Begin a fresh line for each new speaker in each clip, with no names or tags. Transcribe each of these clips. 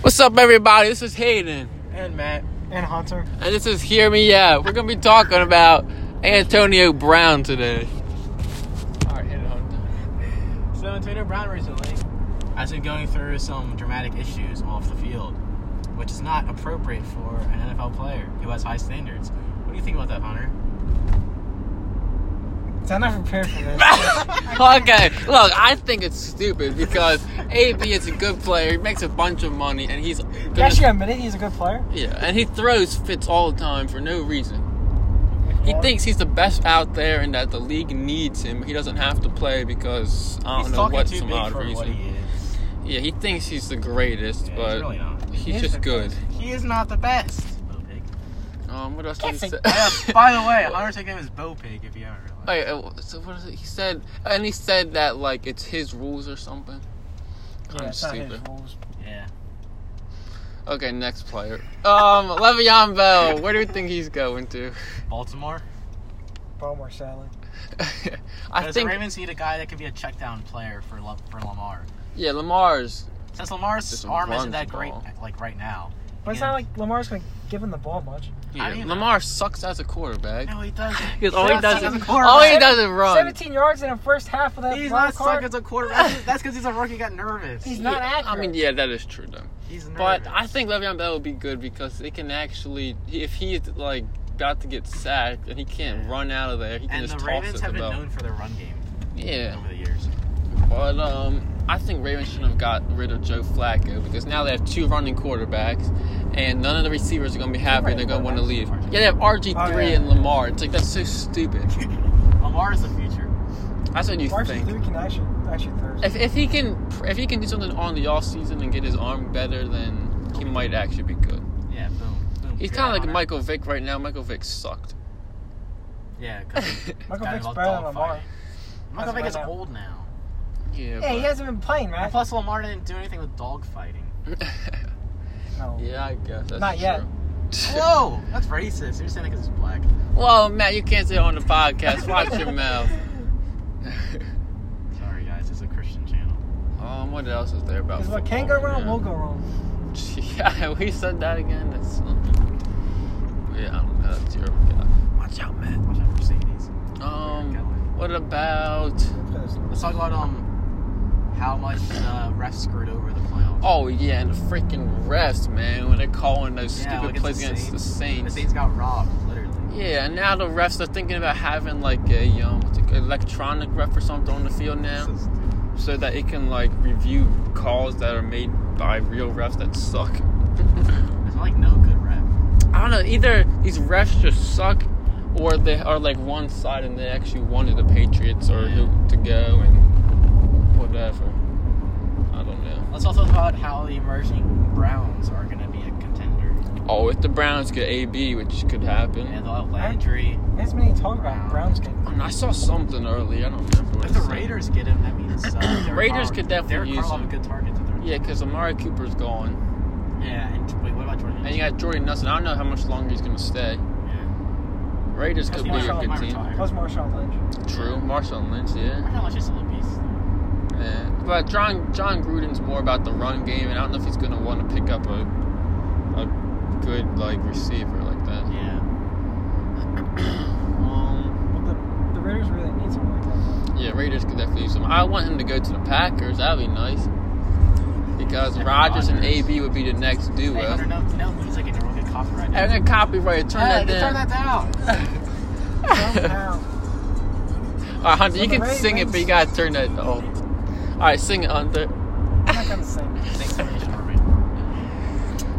What's up, everybody? This is Hayden,
And Matt. And Hunter.
and this is Hear Me Out. We're gonna be talking about Antonio Brown today. All right, hit it on.
So Antonio Brown recently has been going through some dramatic issues off the field, which is not appropriate for an NFL player who has high standards. What do you think about that, Hunter?
I'm not prepared for this.
Okay, look, I think it's stupid because AB is a good player. He makes a bunch of money, and he's
You actually admitted he's a good player.
yeah, and he throws fits all the time for no reason. He
Yeah.
thinks he's the best out there, and that the league needs him. He doesn't have to play because I don't
He's
know
talking
what
too
some
big
odd
for
reason.
what he is.
Yeah, he thinks he's the greatest,
Yeah,
but
he's really not.
he's
He is
just
the
good.
He is not the best. Bo Pig.
Um, what else did he
Can't
say?
think.
Yeah, by the way, Hunter's nickname is Bo Pig, if you haven't realized.
Wait, uh, so what is it? He said, and he said that like it's his rules or something.
Yeah,
I'm
it's not his
stupid.
rules.
Yeah.
Okay, next player. Um, Le'Veon Bell. Where do you think he's going to?
Baltimore?
Baltimore, sadly.
I
Does
think
the Ravens need a guy that could be a check down player for, Lam- for Lamar?
yeah, Lamar's.
Since Lamar's
Just
arm
runs
isn't that
the
great,
ball.
like right now.
But it's
Yeah.
not like Lamar's going to give him the ball much.
Yeah,
mean-
Lamar sucks as a quarterback.
No, he doesn't.
Because all he
not
does
suck
is-
as a
all Oh, he
quarterback.
does is run.
17 yards in the first half of that
He's
wild
not
card.
suck as a quarterback. That's because he's a rookie. Got nervous.
He's not
Yeah, I
accurate.
mean, yeah, that is true though.
He's nervous.
But I think Le'Veon Bell would be good because they can actually, if he's like about to get sacked and he can't run out of there, he can
and the
just toss
Ravens
it
have
to
been
Bell.
known for their run game
yeah,
over the years.
but um, I think Ravens should have got rid of Joe Flacco because now they have two running quarterbacks, and none of the receivers are going to be happy.
running
They're going to want to
quarterbacks?
leave. Yeah, they have RG
Oh,
three
yeah.
and Lamar. It's like that's so stupid.
Lamar is the future.
That's what you
Marcus
think.
Luke can actually, actually throws.
If, if he can if he can do something on the off season and get his arm better, then he might actually be good.
Yeah, boom. boom.
He's
Yeah,
kind of like
Hunter.
Michael Vick right now. Michael Vick sucked.
Yeah, 'cause he's
Michael
got
Vick's
about
better than
dog
Lamar.
fighting. Michael
As
Vick
of
is
right now.
old now.
Yeah.
Yeah, he
but-
hasn't been playing,
And
man.
plus, Lamar didn't do anything with dog fighting.
No.
yeah, I guess. That's
Not yet.
true.
Whoa, that's racist. You're saying because he's black.
Well, Matt, you can't say it on the podcast. Watch your mouth.
Sorry, guys. It's a Christian channel.
um, what else is there about?
Because what can go
football,
wrong
man?
will go wrong.
Yeah, we said that again. That's something. Yeah, I don't know. That's your. Yeah. Watch out, man.
Watch out, Mercedes.
Um, what about?
Let's talk about um how much the refs screwed over the playoffs.
Oh yeah, and the freaking refs, man. When they're calling those
Yeah,
stupid
like it's
plays
the
against the
The
Saints.
Saints got robbed, literally.
Yeah, and now the refs are thinking about having like a um what's it called, electronic ref or something on the field now.
So stupid.
so that it can like review calls that are made by real refs that suck.
There's like no good rep.
I don't know. Either these refs just suck, or they are like one side and they actually wanted the Patriots or who to go and whatever. I don't know.
Let's also talk about how the emerging Browns are going to be a contender.
Oh, if the Browns get AB, which could happen.
And they'll have Landry.
That's many talk about Browns game.
And I saw something earlier. I don't remember. What
If
it
the
said.
Raiders get him, that means uh, Derek
Raiders
Carr-
could definitely
Derek
use
Carr will
him.
have a good target to throw.
Yeah, because Amari Cooper's gone,
Yeah. And wait, what about Jordan?
and you got Jordan Nelson. I don't know how much longer he's gonna stay.
yeah.
Raiders could be a
Marshawn
good
might
team.
retire.
Plus Marshawn Lynch.
True, Marshall Lynch. Yeah.
Marshawn Lynch is still a beast. though.
Yeah, but John John Gruden's more about the run game, and I don't know if he's gonna want to pick up a a good like receiver like that.
Yeah.
Um,
But the, the Raiders really need someone like that.
yeah, Raiders could definitely use him. I want him to go to the Packers. That'd be nice because
Yeah,
Rodgers and
Rodgers.
AB would be the next duo.
Hey, Hunter,
And
no, no music in here. We'll get copyright.
I'm gonna copyright. it. Turn
yeah,
that
you turn
down.
that down.
Somehow.
All right, Hunter, you
Well, the
can sing it, but you gotta
Ravens-
turn that off. All right, sing it, Hunter.
I'm not going to say that.
Thanks for the information.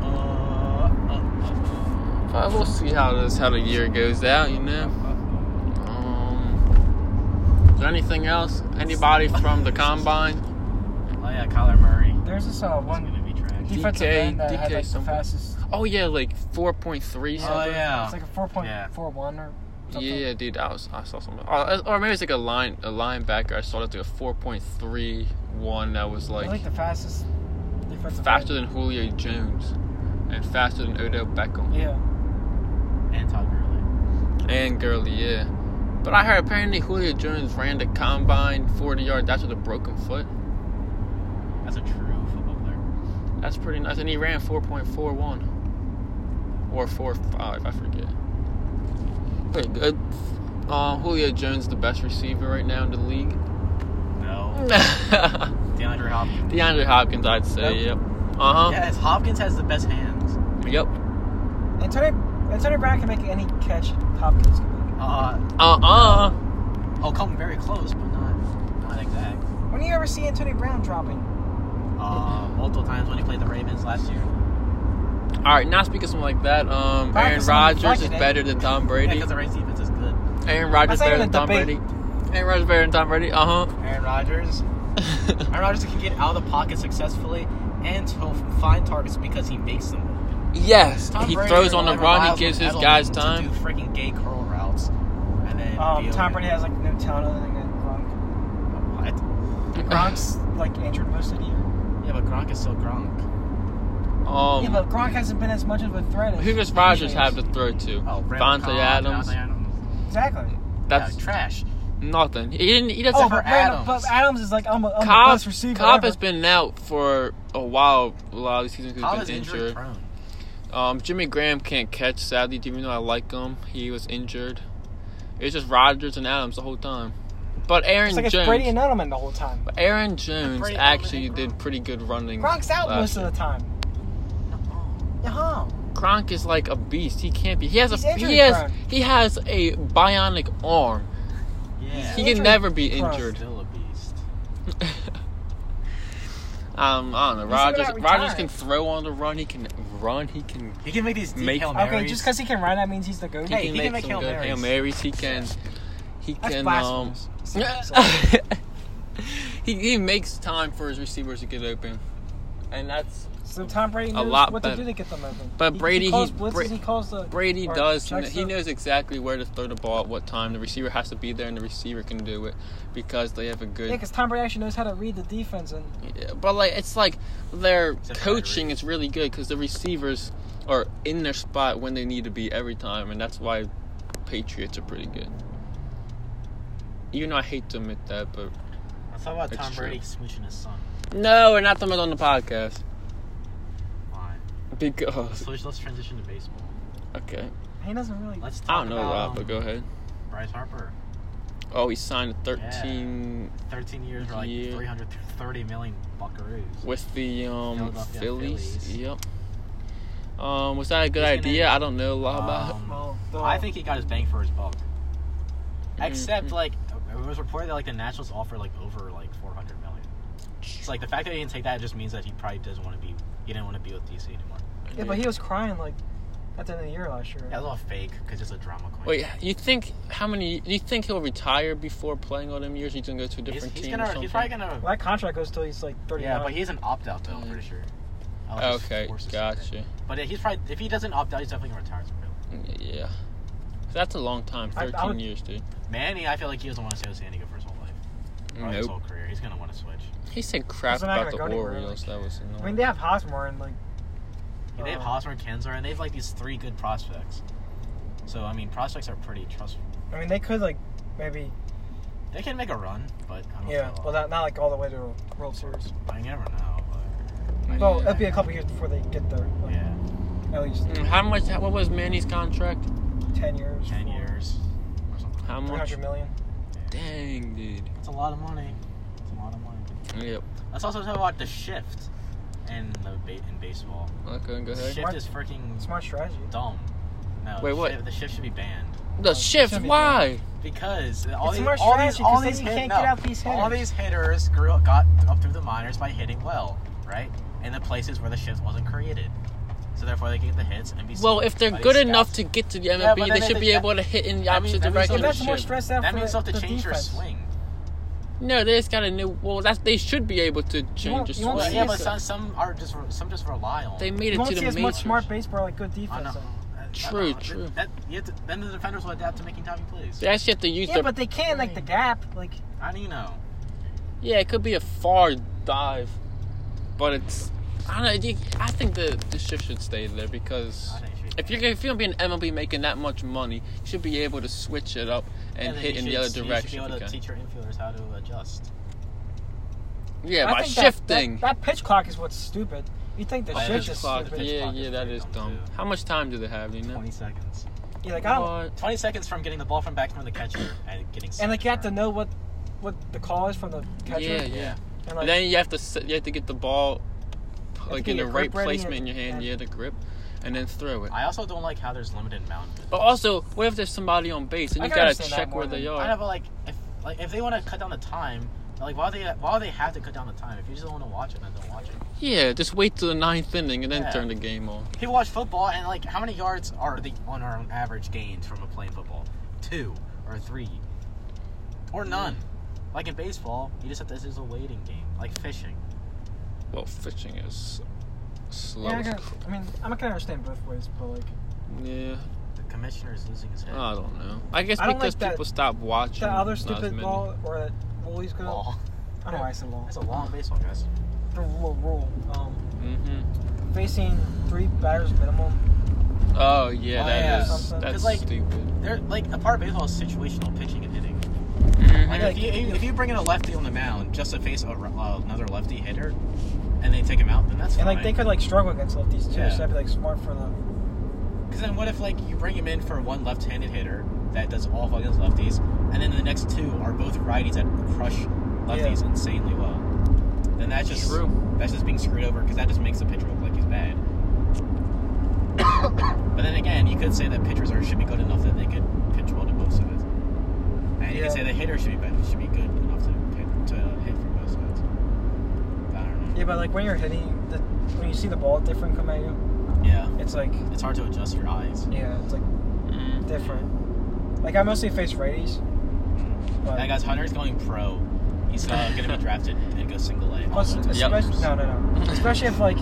Uh, oh, uh,
Uh, we'll see how this how the year goes out. You know.
uh, uh, uh.
Um, is there anything else? Anybody from the combine?
Oh yeah, Kyler Murray.
There's this uh,
That's
one
gonna be trash.
defensive
DK
end that had like the
something.
fastest.
Oh yeah, like four point three.
Oh yeah.
It's like a 4.41
Yeah.
or something.
Yeah, dude, Uh, I was I saw something. Or, or maybe it's like a line a linebacker. I saw that like a four point three one that was
I
like
think the fastest defensive
faster
end.
than Julio Jones, and faster than Odell Beckham
Yeah.
And Todd Gurley.
and Gurley. Yeah, but I heard apparently Julio Jones ran the combine forty yards. That's with a broken foot.
That's a true football player.
That's pretty nice. And he ran 4.41 or 4.5, I forget. Pretty good. Um, Julio Jones, the best receiver right now in the league.
No.
DeAndre
DeAndre Hopkins.
Hopkins, I'd say. Yep. Uh huh.
Yes, Um, Hopkins has the best hands.
Yep.
Antonio, Antonio Brown can make any catch Hopkins can make.
Uh,
Uh uh
oh, come very close, but not not exact.
When do you ever see Antonio Brown dropping?
Uh, multiple times when he played the Ravens last year.
All right, now speaking of something like that, um, Aaron
Practice on
Rodgers is
Friday.
better than Tom
Yeah,
Brady.
because the Ravens defense is good.
Aaron Rodgers
That's not
better than
even a
Tom Brady.
debate.
Aaron Rodgers better than Tom Brady. Uh
Aaron Rodgers.
huh.
Aaron Rodgers can get out of the pocket successfully, and he'll find targets because he makes them.
yes,
Tom
he
Brady
throws on the
relies
run. He
on
gives his
Edelman
guys
to
time.
do freaking gay curl routes, and then
Um,
be
Tom
over.
Brady has like no talent other than Gronk.
What?
Gronk's like injured most of the year.
Yeah, but Gronk is still Gronk.
yeah,
Um,
but Gronk hasn't been as much of a threat. as
who does
he
Rodgers
is.
have to throw to?
Oh, Brandon
Devontae Adams.
Adams. Adams.
Exactly.
That's
yeah, trash.
nothing. He didn't. He doesn't.
Oh,
for
but Adams.
Adams.
but Adams is like I'm, a, I'm the
Cobb,
best receiver.
Cobb
ever.
has been out for a while. A lot of these seasons
Cobb
because
is
he's been
injury
injured.
prone.
Um, Jimmy Graham can't catch. Sadly, even though I like him, he was injured. It's just Rodgers and Adams the whole time. But Aaron
It's like it's
Jones.
Brady and Edelman the whole time.
But Aaron Jones
Brady
actually
Edelman,
did
Gronk.
pretty good running.
Gronk's out
last
most of
year.
the time. Yeah.
Gronk is like a beast. He can't be. He has
He's
a. He
injury
has.
prone.
He has a bionic arm.
Yeah.
He
He's
can
injury
never be
prone.
injured.
still a beast.
um, I don't know.
He's thinking
Rodgers.
about
Rodgers can
retiring.
throw on the run. He can run. He can.
He can make these deep
Make-
Hail
Okay,
Marys.
Okay, just because he can run, that means he's the go.
He
Hey,
can
he
make
can make
some
Hail
good hail marys. He can. He
That's
can. Um,
blasphemous.
he, he makes time for his receivers to get open, and that's
so Tom Brady
a
knows
lot
what
better.
to do to get them open.
But
he,
Brady,
he calls
he's
blitzes,
Bra-
he calls the
Brady
or
does. kn-
checks
He
the-
knows exactly where to throw the ball at what time. The receiver has to be there, and the receiver can do it because they have a
Yeah,
good.
because Tom Brady actually knows how to read the defense and
Yeah, but like it's like their
Except for
coaching is really good because the receivers are in their spot when they need to be every time, and that's why Patriots are pretty good. Even though I hate to admit that, but
Let's talk about
It's
Tom
true.
Brady smooching his son.
no, we're not talking about on the podcast
Fine.
because
So let's transition to baseball.
okay,
he doesn't really.
Let's
I
talk
don't know,
about
Rob,
um,
but go ahead.
Bryce Harper.
Oh, he signed a thirteen.
13 years for like
Yeah.
330 million buckaroos.
with the um,
Philadelphia
Phillies.
Phillies.
Yep. Um, was that a good
He's gonna-
idea? I don't know a lot about.
Um,
Well, the-
I think he got his bang for his buck. Except
Mhm.
like it was reported that like the Nationals offered like over like 400 million. It's like the fact that he didn't take that just means that he probably doesn't want to be. He didn't want to be with DC anymore.
Yeah, but he was crying like at the end of the year last year.
That was all fake because it's a drama queen.
Wait, you think how many? You think he'll retire before playing all them years? He's gonna go to a
he's,
different
he's
team or
gonna.
something.
He's probably gonna.
Well, that contract goes till he's like 30.
Yeah, but he's an opt out though. I'm pretty sure. Alex is
okay,
forced to say that.
gotcha.
But yeah, he's probably if he doesn't opt out, he's definitely gonna retire.
Yeah, that's a long time.
I- I
Thirteen
would-
years, dude.
Manny, I feel like he doesn't want to stay with San Diego for his whole life. Or his
Nope.
whole career. Oh, He's gonna want to switch.
He said crap
He's not
about the
gonna go anywhere,
Orioles. That was annoying.
I mean, they have Hosmer and like.
Yeah, they have
uh,
Hosmer and Kenzar, and they have like these three good prospects. So I mean, prospects are pretty trustful.
I mean, they could like maybe.
They can make a run, but I don't
Yeah,
know.
well, not, not like all the way to a World Series.
I never know.
Well, it'll be a couple years before they get there.
But,
Like,
yeah,
At least
Mm, how much? What was Manny's contract?
10 years.
ten
for
years or something.
How much?
300 million.
Dang, dude.
It's a lot of money. It's a lot of money.
Yep.
Let's also talk about the shift in the ba- in baseball.
Okay, go
The
ahead.
shift is freaking
Smart strategy.
dumb. No,
Wait,
the
what?
shift- the shift should be banned
The shift?
should be
Why?
because all
It's
these
smart
all these
strategy,
all
'cause then
these
you
hit-
can't
no,
get out these
all
hitters.
these hitters grew up, got up through the minors by hitting well, right? In the places where the shift wasn't created, so therefore they can get the hits and be.
Well,
seen
if they're
by these
good
scouts.
enough to get to the
but
MLB,
then
they
they
should be
think-
able to hit in the
I mean,
opposite
that
direction.
means
Well,
something-
and
that's more
shit.
stressed out
that
for
means
the,
you have to
the
change
defense.
your swing.
No, they just got a new. Well, that's they should be able to change
won't-
the
you won't
swing.
see
yeah,
Yes,
but
sir.
some, some are just some just rely on.
They made
You
it
won't
to
see
the
as much
majors.
smart baseball like good
I know.
defense. though.
True,
That-
true.
That, you have to, then the defenders will adapt to making Tommy plays.
They actually have to use
Yeah,
their.
but they can like the gap. Like
How do you know?
yeah, it could be a far dive, but it's. I don't know. you- I think the the shift should stay there because
I think it should be
if you're gonna- if you're gonna be an MLB making that much money, you should be able to switch it up and
then
hit
you
in the
should-
other
You
direction.
should be
if
able
you
to
can.
teach your infielders how to adjust.
Yeah,
I
by
think that-
shifting.
That, that, pitch clock is what's stupid. You think the
Oh,
shit
that's
just
clocked.
stupid.
Yeah, yeah, that
pretty
is
dumb,
dumb.
too.
How much time do they have? You know.
Twenty seconds.
You're like I don't.
What?
20 seconds from getting the ball from back from the catcher and getting
And like you have to know what what the call is from the catcher.
Yeah, yeah.
Yeah.
And
And
like
then you have to s- you have to get the ball
to
like
get
in the
your
right
grip ready
placement in
and-
your hand.
and-
Yeah, the grip, and then throw it.
I also don't like how there's limited mound. movement.
But also, what if there's somebody on base and
I
you
can
gotta
understand that
check
more
where
than-
they
I know,
are?
but like if like if they want to cut down the time, like why would they why would they have to cut down the time? If you just don't want to watch it, then don't watch it.
Yeah, just wait till the ninth inning and then
Yeah.
turn the game on.
People watch football and like how many yards are the on our average gained from a playing football? Two or three or none. Like in baseball, you just have to, this is a waiting game, like fishing.
Well, fishing is slow.
yeah, I,
as
can,
cr-
I mean, I'm gonna understand both ways, but like
Yeah,
The commissioner is losing his head.
I don't know. I guess
I don't
because
like that-
people stop watching.
the other
not as
stupid
many.
ball or that rule he's gonna.
Ball.
I don't know. why I said law.
That's a long baseball, guys.
The rule, rule. Um,
Mhm.
facing three batters minimum.
Oh yeah,
Oh,
that
yeah.
is
Something.
that's
'Cause, like-
stupid.
They're like a part of baseball is situational pitching and hitting.
Mm-hmm.
Like
Mhm.
if you if you bring in a lefty on the mound just to face a, uh, another lefty hitter, and they take him out, then that's
And
fine.
like they could like struggle against lefties too,
Yeah.
so that'd be like smart for them.
Because then what if like you bring him in for one left-handed hitter that does awful against lefties, and then the next two are both righties that crush lefties insanely well? Then that's just
True.
that's just being screwed over because that just makes the pitcher look like he's bad. but then again, you could say that pitchers are should be good enough that they could pitch well to both sides, and you
Yeah.
could say the hitter should be bad, should be good enough to hit, to hit from both sides. I don't know.
Yeah, but like when you're hitting, the, when you see the ball different come at you,
Yeah,
it's like
it's hard to adjust your eyes.
yeah, it's like
Mm.
different. Like I mostly face righties. But
That guy's Hunter's going pro. He's uh, gonna be drafted and go single A.
Plus,
Also,
Yep.
especially no, no, no. Especially if like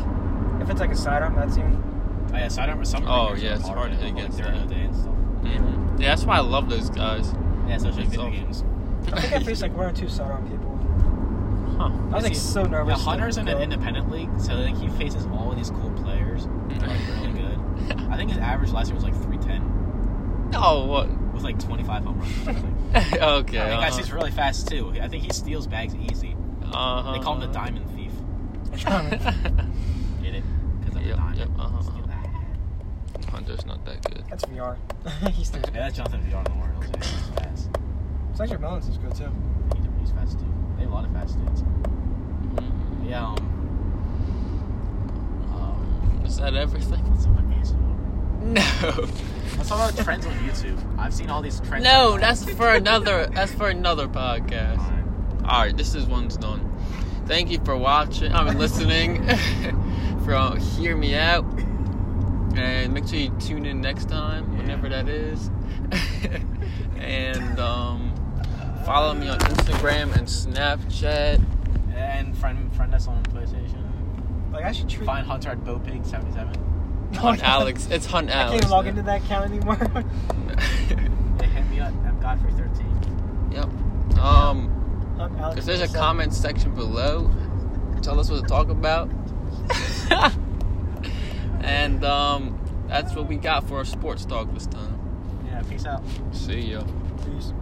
if it's like a sidearm, that's even.
Oh, yeah, so I don't. Some
Oh,
players
yeah,
are
it's hard to hit
like,
against
during
that.
the day and stuff.
Mhm. Yeah, that's why I love those guys.
Yeah, especially
It's
video
awful.
games.
I think I faced like one or two sidearm people.
Huh.
I was like
See,
so
Yeah,
nervous.
Hunter's in an
Go.
independent league, so like he faces all of these cool players.
Mm.
They're like really good. I think his average last year was like three ten
Oh what?
with like twenty five home runs. Or something.
okay.
I think
uh-huh.
he's really fast too. I think he steals bags easy.
Uh-huh.
They call him the diamond thief. Get it? Because of the
Yep,
diamond.
yep, uh-huh.
Steal that.
Hunter's not that good.
That's VR. He's
Yeah, that's Jonathan Villar in the Orioles. Yeah, he's fast.
Sandra Mullins is good too.
He's a- He's fast too. They have a lot of fast dudes.
Mhm.
Yeah. Um, um,
Is that everything?
what's on my Instagram?
No.
Let's talk about trends on YouTube. I've seen all these trends.
No, that's for another. That's for another podcast.
Fine.
All right, this is one's done. Thank you for watching. I mean, listening. for uh, hear me out, and make sure you tune in next time,
Yeah.
whenever that is. and um, follow me on Instagram and Snapchat.
And friend friend us on PlayStation.
Like I should treat.
Find Hunter at Bopig77.
Hunt Alex. It's Hunt
I
Alex.
can't log
now.
into that account anymore.
They hit me up at Godfrey13.
yep. Um.
I'm Alex
If there's a
Wilson.
comment section below, tell us what to talk about. and um, that's what we got for our sports talk this time.
Yeah, peace out.
See ya.
Please.